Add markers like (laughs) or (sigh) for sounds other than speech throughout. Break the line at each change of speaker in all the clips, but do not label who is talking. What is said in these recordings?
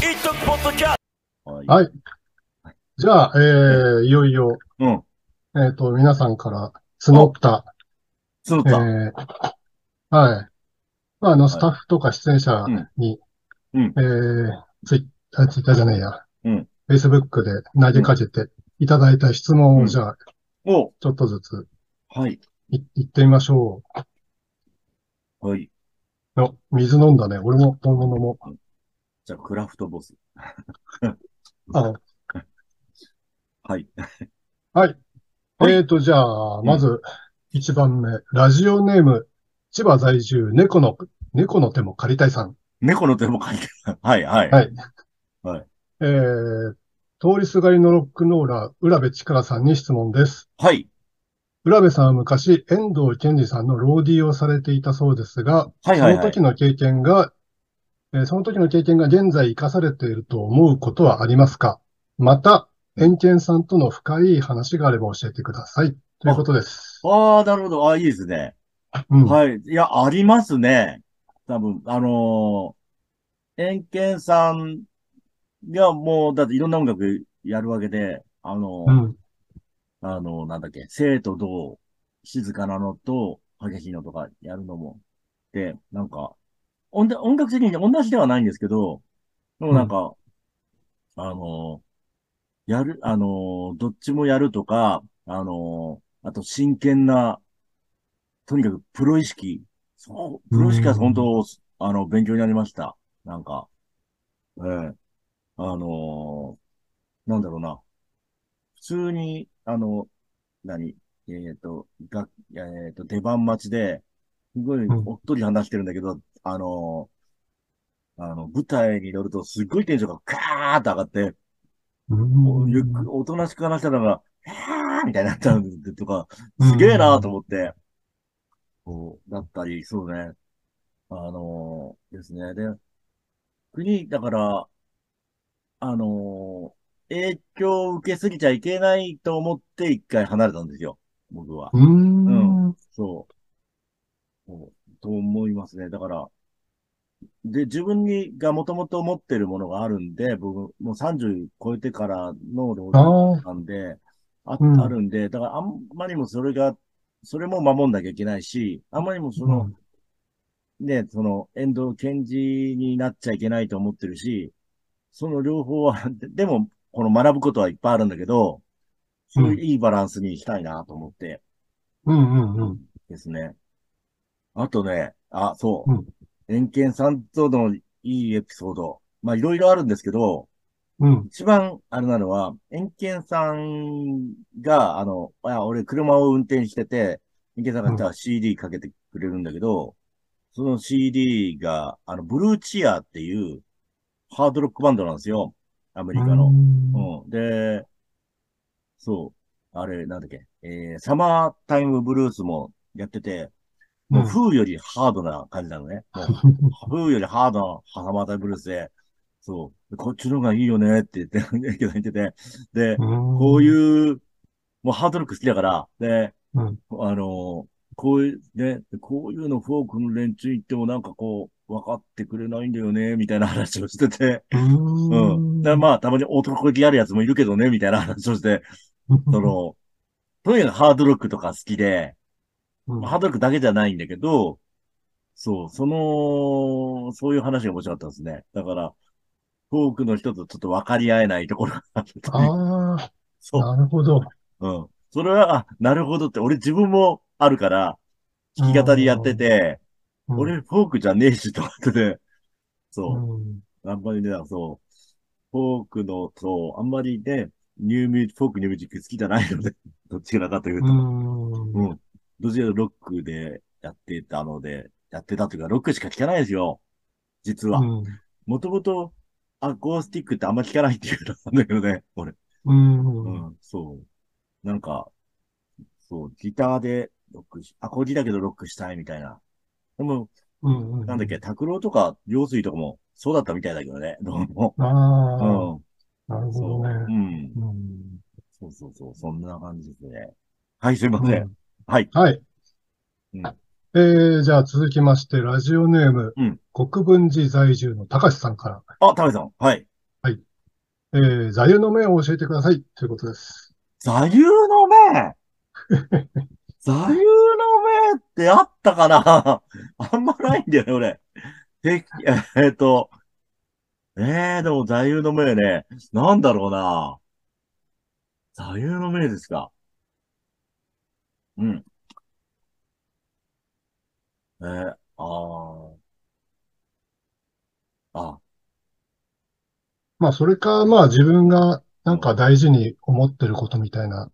イトポッドキャス
はい
はい。じゃあ、えー、いよいよ、
うん。
えっ、と、皆さんから募った、
つう
え
た。
ー、はい。まあ、あの、スタッフとか出演者に、
うん
えー、ツイッター、ツイッターじゃねえや、
うん。
Facebook で投げかけていただいた質問
うん
を、じゃあ、
お
ちょっとずつ
はい。
い、言ってみましょ
はい。
う。の、水飲んだね。俺も、本物も。
じゃあ、クラフトボス。
あ
はい。 (laughs) は
の、
い
えっ、と、じゃあ、
ん
まず、一番目、ラジオネーム、千葉在住、猫の、猫の手も借りたいさん。
猫の手も借りてる。はい、はい。
はい。
はい。
えー、通りすがりのロックンローラー、浦部力さんに質問です。
はい。
浦部さんは昔、遠藤健二さんのローディーをされていたそうですが、
はい、
そ
はい。
の
はい
時の経験が、えーその時の経験が現在生かされていると思うことはありますかまた、遠健さんとの深い話があれば教えてください。ということです。
ああ、なるほど。ああ、いいですね。
うん。
はい。いや、ありますね。多分、あのー、エンケンさんがもう、だっていろんな音楽やるわけで、あの
う
ー、
ん。
あのー、なんだっけ、生と同、静かなのと、激しいのとかやるのも。で、なんか、音楽音楽的に同じではないんですけど、でもなんか、あのー、やる、あのー、どっちもやるとか、あのー、あと真剣な、とにかくプロ意識。そう、プロ意識は本当、あの、勉強になりました。なんか、ええあのー、なんだろうな。普通に、あの、何えっ、と、が、えっ、と、出番待ちで、すごい
ん
おっとり話してるんだけど、あのー、あの、舞台に乗るとすっごいテンションがガーッと上がって、
うん
ゆっくり、おとなしく話してたのが、はーみたいになったんで、とか、すげえなーと思って、こう、だったり、そうね。あのーですね。で、国、だから、あのー影響を受けすぎちゃいけないと思って一回離れたんですよ。僕は。
うーん。
そう。そうと思いますね。だから、で、自分にがもともと持ってるものがあるんで、僕、もう30超えてからの労働
ああ、
なんで、あ、
うん
あるんで、だからあんまりもそれが、それも守んなきゃいけないし、あんまりもその、ね、その、遠藤健二になっちゃいけないと思ってるし、その両方は、ででも、この学ぶことはいっぱいあるんだけど、そういういいバランスにしたいなと思って
うんうんうん。
ですね。あとね、あ、そう
うん。
遠見さんとのいいエピソード。まあ、いろいろあるんですけど、
うん。
一番、あれなのは、エンケンさんが、あの、あ俺、車を運転してて、エンケンさんがさ CD かけてくれるんだけど、その CD が、あの、ブルーチアっていう、ハードロックバンドなんですよ。アメリカの。うん。で、そう、あれ、なんだっけ、えー、サマータイムブルースもやってて、もう、
うん
風よりハードな感じなのね。もう風よりハードなサマータイムブルースで、そう、こっちの方がいいよねって言 (laughs) って、エンケンさん言ってて、で、こう
う
いう、もうハードロック好きだから、で、
うん
あの、こういう、ね、こういうのフォークの連中行ってもなんかこう、分かってくれないんだよね、みたいな話をしてて、
ーん。
う。
うんん。
だからまあ、たまに男気あるやつもいるけどね、みたいな話をして、その、とにかくハードロックとか好きで、
うん
ハードロックだけじゃないんだけど、そう、その、そういう話が面白かったですね。だから、フォークの人とちょっと分かり合えないところがあって、
ああ、
そう。
なるほど。
うん。それは、あ、なるほどって、俺自分もあるから、弾き語りやってて、
うん、
俺フォークじゃねえしと思ってて、
う
そ
ん、
う、あんまりね、そう、フォークの、そう、あんまりね、ニューミュージック、フォークニューミュージック好きじゃないので、どっちがなかというと、
うん。
うん。どちらかというとロックでやってたので、やってたというか、ロックしか聴かないですよ。実は。もともと、アコースティックってあんま聴かないっていうのなんだけどね、俺。
うん。うん。
うん、そう。なんか、そう、ギターでロックし、アコギだけどロックしたいみたいな。でも、
うん。うん。
なんだっけ、拓郎とか、陽水とかも、そうだったみたいだけどね、 (laughs) どうも。
ああ、
う
なる
ん、
ほ
そ
ど
う。
ね。
うん。
うん。
そうそうそう、そんな感じですね。はい、すいません。はい。
はい。
うん
えー、じゃあ続きまして、ラジオネーム、
うん
国分寺在住の高橋さんから。
あ、タメさん。はい。
えー座右の銘を教えてくださいということです。
座右の銘座右の銘ってあったかなあんまないんだよね、俺。てえっと、えー、でも座右の銘ね、なんだろうな。座右の銘ですか。うん。えー、ああ。あ、
まあ、それか、まあ、自分がなんか大事に思ってることみたいな、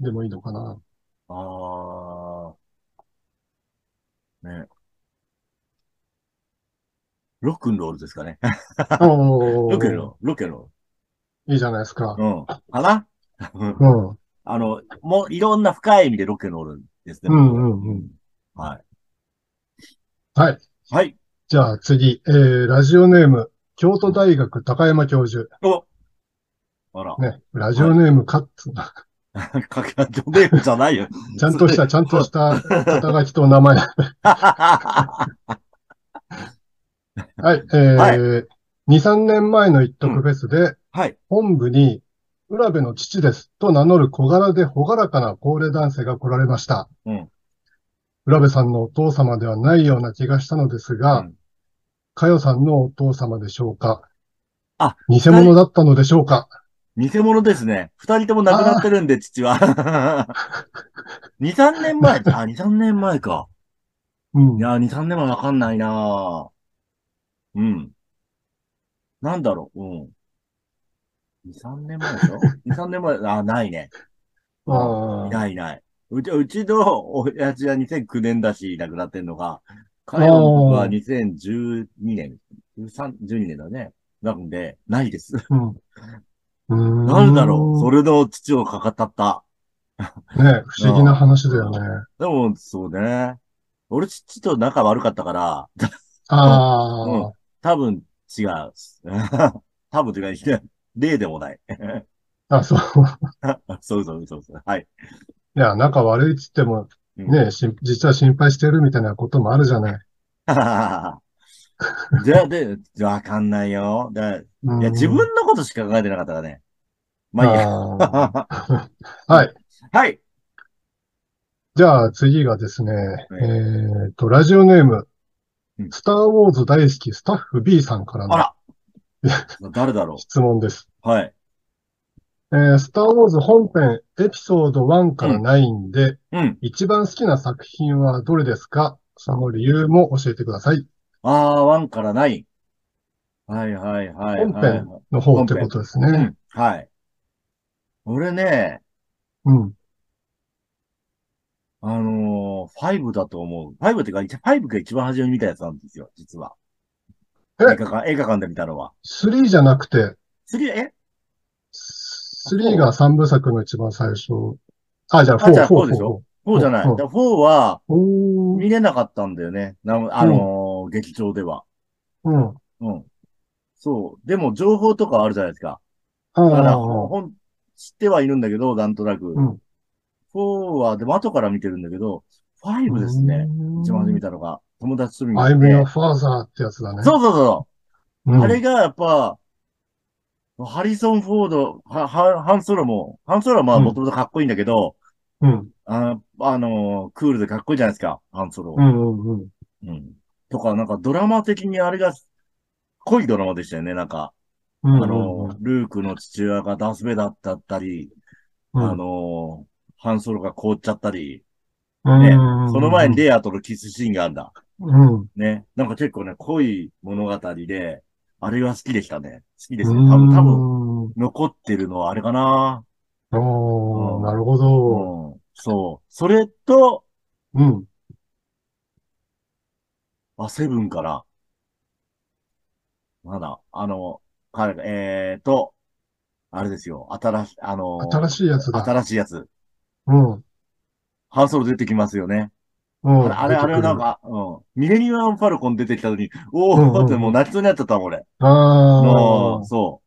でもいいのかな。
ああ。ね。ロックンロールですかね。
お
ロケ
ー、
ロ、ロケロ。
いいじゃないですか。
うん。かな (laughs)
うん。
あの、もういろんな深い意味でロケロールですね。
うんうんうん。
はい。
はい。
はい。
じゃあ次、えー、ラジオネーム、京都大学高山教授。
おあら。
ね、ラジオネームカッツ。
(laughs) かけらんとネームじゃないよ。 (laughs)
ちゃんとした、ちゃんとした肩書きと名前。はい、えー、
はい
2、3年前の一徳フェスで、
はい。
本部に、浦部の父ですと名乗る小柄で朗らかな高齢男性が来られました。
うん
浦部さんのお父様ではないような気がしたのですが、
うん
かよさんのお父様でしょうか
あ、
偽物だったのでしょうか
偽物ですね。二人とも亡くなってるんで、父
(laughs)
は。二三年前。あ、二三年前か。
うん
い。やー、2、3年はわかんないなーうん。なんだろう、うん。2、3年前でし
(laughs)
ょ ?2、3年前、あー、ないね。
あ
い
あ。
ないいない。うち、うちの親父は2009年だし、亡くなってんのが、彼
あー
の僕は2012年、13、12年だね。なんで、ないです。
うん。
なんだろう、それの父をかかったった。
うーん。ねえ不思議な話だよね。
でも、そうね。俺、父と仲悪かったから、
ああ、
うん多分違う。多分違う。例でもない。 (laughs)
あ、そう。 (laughs)
そうそうそうそう。はい。 (laughs)
いや、仲悪いっつっても、
うん
ねえ、し実は心配してるみたいなこともあるじゃない。
じゃあ、で、わかんないよ。だい
うん
や、自分のことしか考えてなかったからね。まあいいや。
あーはい。
(laughs) はい。
じゃあ次がですね、えーっと、ラジオネーム
う、ん
スターウォーズ大好きスタッフ B さんから
あ
の
ら。誰だろ
質問です。
う。はい。
えースターウォーズ本編エピソード1から9で、
うん。
一番好きな作品はどれですかその理由も教えてください。
あー、ワンからない。はいはいはい
本
はい
編。の方ってことです
う
ね。
ん。はい。俺ね、
うん。
あのー、5だと思う。5ってか、5が一番初めに見たやつなんですよ、実は。
え
映画館、映画館で見たのは。
3じゃなくて、
次、え
3が3部作の一番最初。あ、じゃあ
あじゃ
4、
あ
4、
4でしょ
4。
4じゃない。
うん
だ4は
おー
見れなかったんだよね。なあのー劇場では。
うん。あ
うん。そう。でも情報とかはあるじゃないですか。だから、
あ、
本、知ってはいるんだけど、なんとなく
う。ん。
4は、でも後から見てるんだけど、5ですね。
うん
一番初め見たのが、友達と見て。
I'm your father ってやつだね。
そうそうそうう。
ん
あれがやっぱ、ハリソン・フォード、は、は、ハンソロも、ハンソロはまあ
うん
もともとかっこいいんだけど、
うん。
ああのークールでかっこいいじゃないですか、ハンソロ。
うんうんうん。
うん。とか、なんかドラマ的にあれが、濃いドラマでしたよね。なんか、
うん
あの、ルークの父親がダンスベイダーだったり、
うん
あの、ハンソロが凍っちゃったり、
うん
ね
うんうん
その前にレイヤーとのキスシーンがあるんだ。
うん。うん
ね。なんか結構ね、濃い物語で、あれが好きでしたね。好きですね。多分、多分、残ってるのはあれかな。
分。お
うん
ー、なるほ
う
ど。
ん。そう。それと、
うん。
あ、セブンから、なんだ、あの、彼が、えーと、あれですよ、新し、あの、
新しいやつだ。
新しいやつ。
うん。うん。
ハンソロ出てきますよね。あれ、あれ、あれはなんか、うん。ミレニアム・ファルコン出てきた時に、お
うんうんう
ー
ん
ってもう泣きそうになっちゃったもん、俺。
あ
うん、そ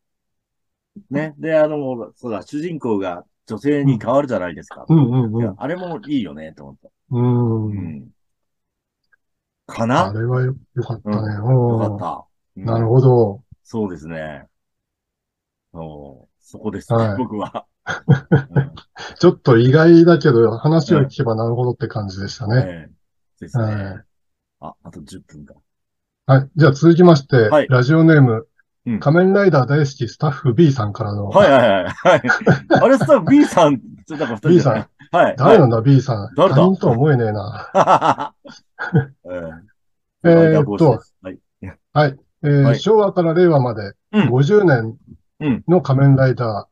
う。ね。で、あの、そうだ、主人公が女性に変わるじゃないですか
ー。。うんうん
いうやあれもいいよね、と思った。
ん。
う
うん。
ん。か
あ
な
れはよよかったね。
よ
う
か
ん
った。
なる
ど。
ほど。
そうですね。うそうそこですね、
はい
僕
(laughs)
は。
ちょっと意外だけど、話を聞けばなるほどって感じでした
うん
ね。
ええですね。
はい
あ、あと10分か。
はい。じゃあ続きまして、
はい
ラジオネーム、
うん
仮面ライダー大好きスタッフ B さんからの、
はいはいはい。
(laughs)
はい、あれさ、B さん、ちょっとなんか二人
B さん。
ん。はい。
誰なんだ B さん。
誰だ
他人とは思えねえな。
はい、 (laughs)
え
え
ーっと、、
はい。
えー
はい
昭和から令和まで
うん
50年の仮面ライダ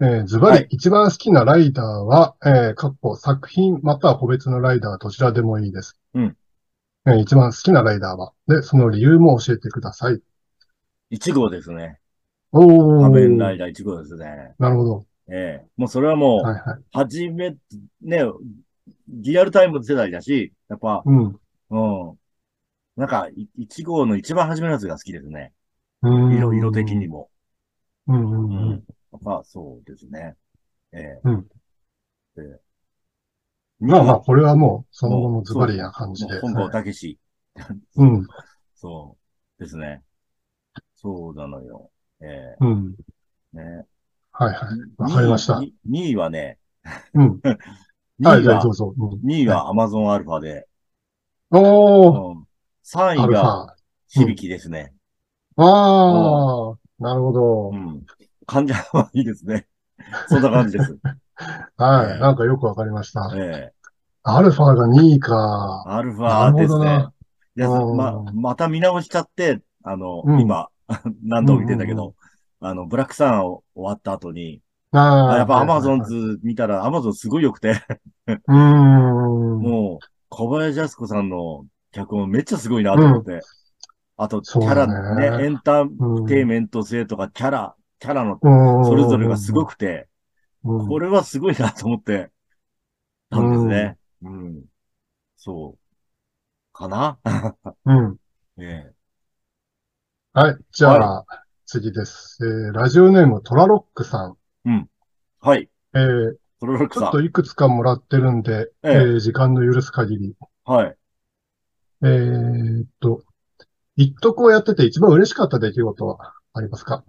ー、えーズバ
は
リ
い
一番好きなライダーは、えーかっこ作品または個別のライダーどちらでもいいです。
うん
えー一番好きなライダーはで、その理由も教えてください。
1号ですね。
おー。
仮面ライダー1号ですね。
なるほど。
ええもうそれはも、
はいうはい。
はじめ、ね、リアルタイム世代だし、やっぱ、
うん。
うん。なんか、い1号の一番初めのやつが好きですね。
うん
色、色的に。も。
うんうん
う。
うん
や
ん。
っぱ、そうですね。ええ
うん
ええ
まあまあ、
も
これはもう、そのものズバリな感じで。
う本郷武史。
うん。
そうですね。そうなのよ。ええ
うん。
ね。
はいはい。わかりました
2位はね、
うん。は
2
い、
位
じゃあ
は
ど、うぞ。うん
2位は Amazon アルファで、う
おー、
ん、3
ア
位
ルファ。
が
あ
響きですね。
あー、なるほど
う。ん。患者はいいですね。そんな感じ
(laughs)
です。
は
ええ
い。なんかよくわかりました。
ええ
アルファが2位か。
アルファで
なる
す
ほど
ね
な。
いや、
うん
ま、また見直しちゃって、あの、
うん
今、 (laughs) 何度も見てんだけ
うん
ど、あの、ブラックサンを終わった後に、
あ
あ
あ。
やっぱアマゾン
はい
ズ見たら、アマゾンすごい良くて、
はいはい。うーん。
もう、小林靖子さんの脚本めっちゃすごいなと思って。あと、キ
そう
ャ
だね
ラ、ね、エンター
うん
テイメント性とか、キャラ、キャラの
うん
それぞれがすご
く、
くて、
うん
これはすごいなと思って、たんですね。うん。そう。かな (laughs)
うん。
ええ。
はい。じゃあ、次です。えーラジオネームトラロックさん。
はい。
えー
トロロック
ちょ
さ
っと
ん。
いくつかもらってるんで、え
ええ
ー時間の許す限り。
はい。
えーっと、一徳をやってて一番嬉しかった出来事はありますか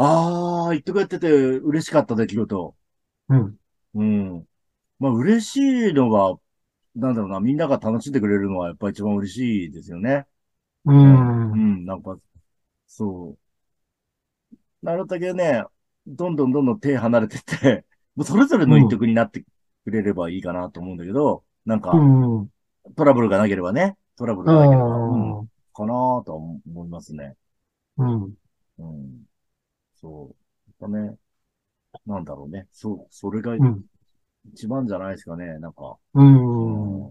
あー、言ってくれてて嬉しかった出来事。
うん。
うん。まあ、嬉しいのは、なんだろうな、みんなが楽しんでくれるのはやっぱ一番嬉しいですよね。
う。
うんん、なんか、そう。なるだけね、どんどんどんどん手離れてって、 (laughs) もうそれぞれの一曲になってくれればいいかなと思うんだけど、なんか
う、ん。うん。
トラブルがなければね、トラブルがなければ、うん、かなぁとは思いますね。
うん。
うん。そう。やっぱね、なんだろうね。そう、それが
うん。
一番じゃないですかね、なんか。
うん。
うん。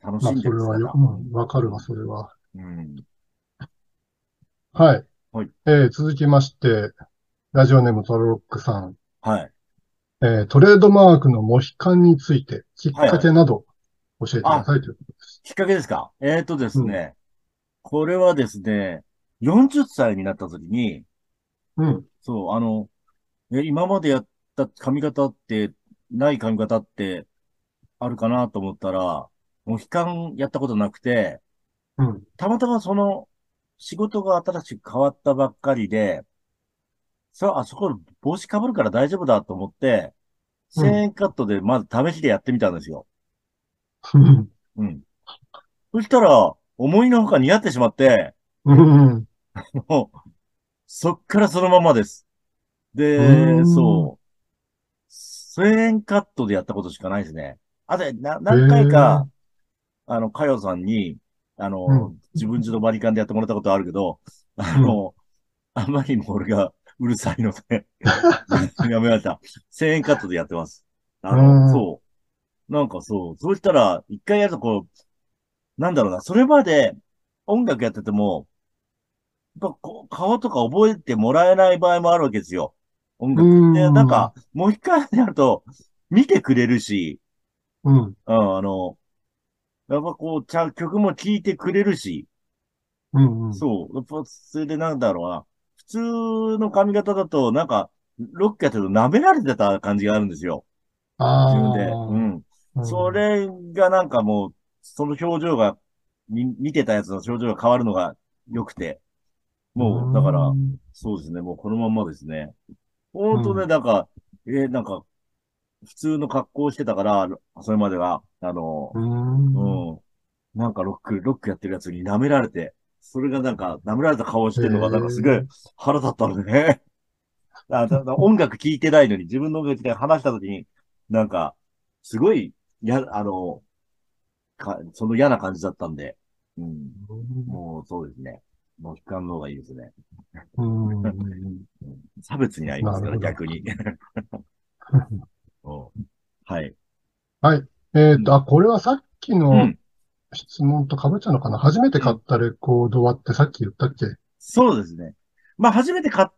楽
ま
し
あ
ん、で
そ
る
れは
姿
よく、うんわかるわ、それは。
うん。
はい。
はい
えー続きまして、ラジオネームトラロックさん、
はい。
えートレードマークのモヒカンについて、きっかけなど教えてくださいということです。
きっかけですかえっ、ー、とですね、これはですね、40歳になった時に、
うん。
そう、あの、え今までやった髪型って、ない髪型って、あるかなと思ったら、もう悲観やったことなくて、
うん。
たまたまその、仕事が新しく変わったばっかりで、さあ、あそこ帽子被るから大丈夫だと思って、
うん
1000円カットでまず試しでやってみたんですよ。
うん。
うん。そしたら、思いのほか似合ってしまって、
うん。
もう、そっからそのままです。で
うー、ん
そう。1000円カットでやったことしかないですね。あと、な何回か、あの、かよさんに、あの、
うん
自分自のバリカンでやってもらったことあるけど、あの、あまりにも俺がうるさいの
(laughs)
で、やめました。1000円カットでやってます。あ
う
の、
ん
そう。なんかそう、そうしたら、一回やるとこう、なんだろうな、それまで音楽やってても、やっぱこう顔とか覚えてもらえない場合もあるわけですよ。音楽
うん
で、なんか、もう一回やると、見てくれるし、
うん。
うん、あの、やっぱこう、ちゃん曲も聴いてくれるし、
うん。
そう、やっぱそれでなんだろうな、普通の髪型だと、なんか、ロックやってると舐められてた感じがあるんですよ。自分で。
あ
うん。
あ。
そ。れがなんかもう、その表情が、み見てたやつの表情が変わるのが良くて、もう、だから
う、ん
そうですね。もうこのまんまですね。本当
う
ね、なんか、えーなんか、普通の格好をしてたから、それまでは、あの、
うん。
うん。なんかロック、ロックやってるやつに舐められて、それがなんか舐められた顔してるのが、
へー
なんかすごい腹立ったのね。 (laughs) あだだ音楽聴いてないのに、自分の音楽で話したときに、なんか、すごい、や、あの、か、その嫌な感じだったんで、うん。もうそうですね。もう悲観の方がいいですね。
うん
差別になりますから、
なるほ
逆に。 (laughs) うんはい。
えっと、あ、これはさっき
う
の
ん。
質問とかぶっちゃうのかな初めて買ったレコードはってさっき言ったっけ
そうですね。まあ、初めて買っ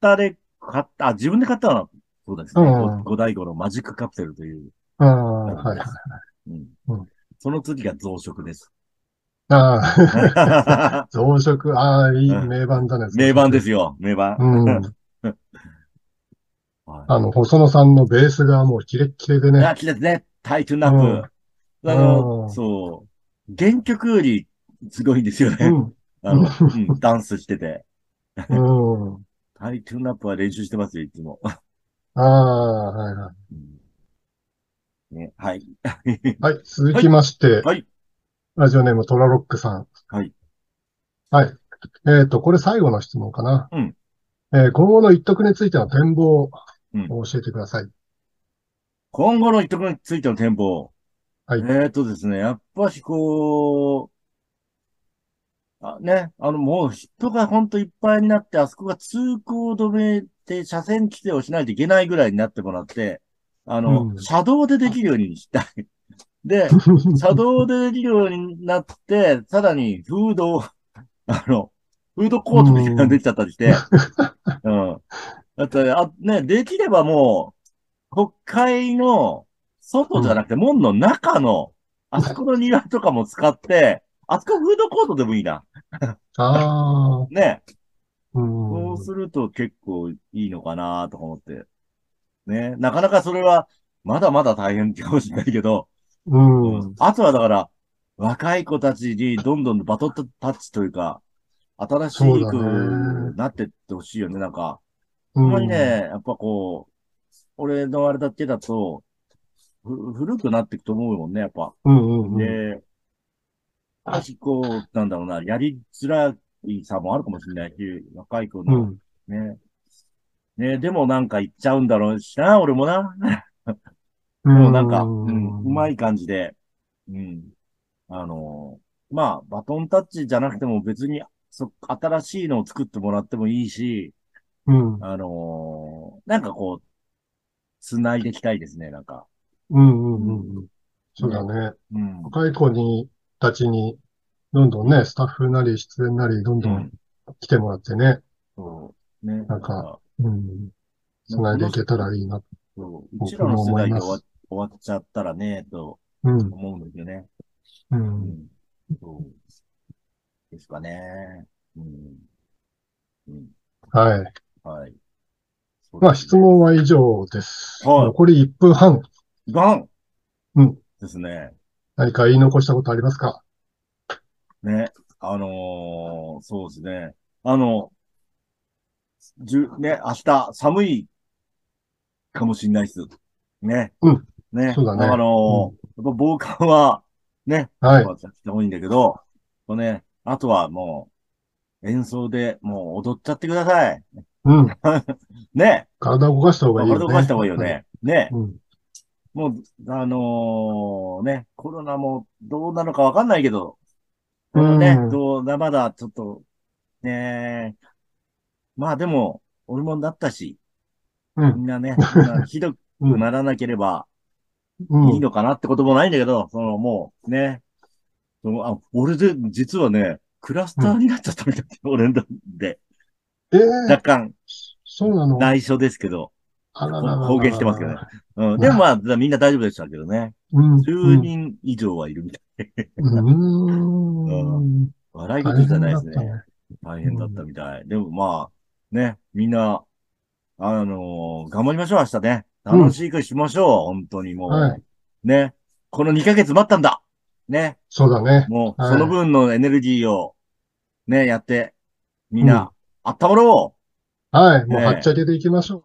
たで、買った、あ、自分で買ったのは、そうですね。
うん
五大五のマジックカプセルという。
ああ、はいはい。
うん
うん
その次が増殖です。 (laughs)
ああ、 (laughs) 増殖、ああ、いい
うん
名盤だね。
名盤ですよ、名盤。
うん。
はい
あの、細野さんのベースがもうキレッキレでね。
あ、来たね。タイトゥンアップ。
うん
あの、
うん
そう。原曲よりすごいんですよ
う
ね。
ん。
あの、うんダンスしてて。
うん。
タイトゥンアップは練習してますよ、いつも。
ああ、はいはい。
ね、はい。
はい、続きまして、
はい。
ラジオネームトラロックさん。
はい。
はい。えっと、これ最後の質問かな。
うん
えー今後の一徳についての展望を
うん
教えてくだ
(laughs)
さい。
今後の一曲についての展望。
はい
えーとですね、やっぱしこう、あね、あのもう人がほんといっぱいになって、あそこが通行止めで車線規制をしないといけないぐらいになってもらって、あの、
うん
車道でできるようにしたい。で、車道でできるようになって、さらにフードを、 (laughs) あの、フードコートみたいなのができちゃったりして、うん。だって、あ、ね、できればもう、国会の外じゃなくて、門の中の、あそこの庭とかも使って、あそこフードコートでもいいな。
ああ、
ね。
うん
そう。すると結構いいのかなとか思って。ね。なかなかそれは、まだまだ大変かもしれないけど、
うん。
あとはだから、若い子たちにどんどんバトンタッチというか、新し
そうだ
く
ね
なってってほしいよね。なんか、
う
ほ
ん
んまにね、やっぱこう、俺のあれだけだと、ふ古くなっていくと思うもんね、やっぱ。
うんうんうん。
で、私こう、なんだろうな、やりづらいさもあるかもしれないし、若い子
う
の
ん。
ね。ね、でもなんか言っちゃうんだろうしな、俺もな。もうなんか、うん、うま
い。
い感じで、うん。あのーまあ、バトンタッチじゃなくても別に、そ、新しいのを作ってもらってもいいし、
うん。うん
あのーなんかこう、繋いでいきたいですね、なんか。
うんうんうん。そうだね。
うん。
若い子に、たちに、どんどんね、スタッフなり出演なり、どんど
うんん
来てもらってね、
そう。ね。
なんか、うん、繋いでいけたらいいな。
そう。う
僕
ちらの
も
世
思
代
い
で
ます
終わ終わっちゃったらね、と
うん、
思うんですよね。う
う。
んん。そう。ですかね。うん。うん。
はい。
はい。そうですね
まあ、質問は以上です。
はい
残り1分半、
ガン
うん
ですね。
何か言い残したことありますか
ね。あのーそうですね。あの、じゅ、ね、明日寒いかもしれないです。ね。
うん。
ね。
そうだね
あのーやっぱ防寒は、ね、
はい。
やった方がいいんだけど、これね、あとはもう、演奏でもう踊っちゃってください。
うん。
ね。
体を動かした方がいいよね。
体動かした方がいいよね。ね。
うん。
もう、あのーね、コロナもどうなのかわかんないけど、でもね
う、ん
どうだ、まだちょっと、ねえまあでも、俺もなったし、
うん。
みんな
(laughs)
ね、みんなひどく
うん。
ならなければ
うん
いいのかなってこともないんだけど、そのもうね、そのあ俺で、実はね、クラスターになっちゃったみたい、俺ので、
ええ
若干、
そうなの
内緒ですけど、
あらららら
攻撃してますけどね。うん、でもまあ、みんな大丈夫でしたけどね、
うん。
10人以上はいるみたい。
うん。うん。
笑い事じゃないですね
大変だっ
大
た。ね
変だったみたい。でもまあ、ね、みんな、あのー頑張りましょう、明日ね。
うん
楽しくしましょう、本当にもう。
はい
ね。この2ヶ月待ったんだね。
そうだね。
もう、
はい
その分のエネルギーを、ね、やって、みんな、あったまろう
はい。もう、
ええ
はっちゃけていきましょう。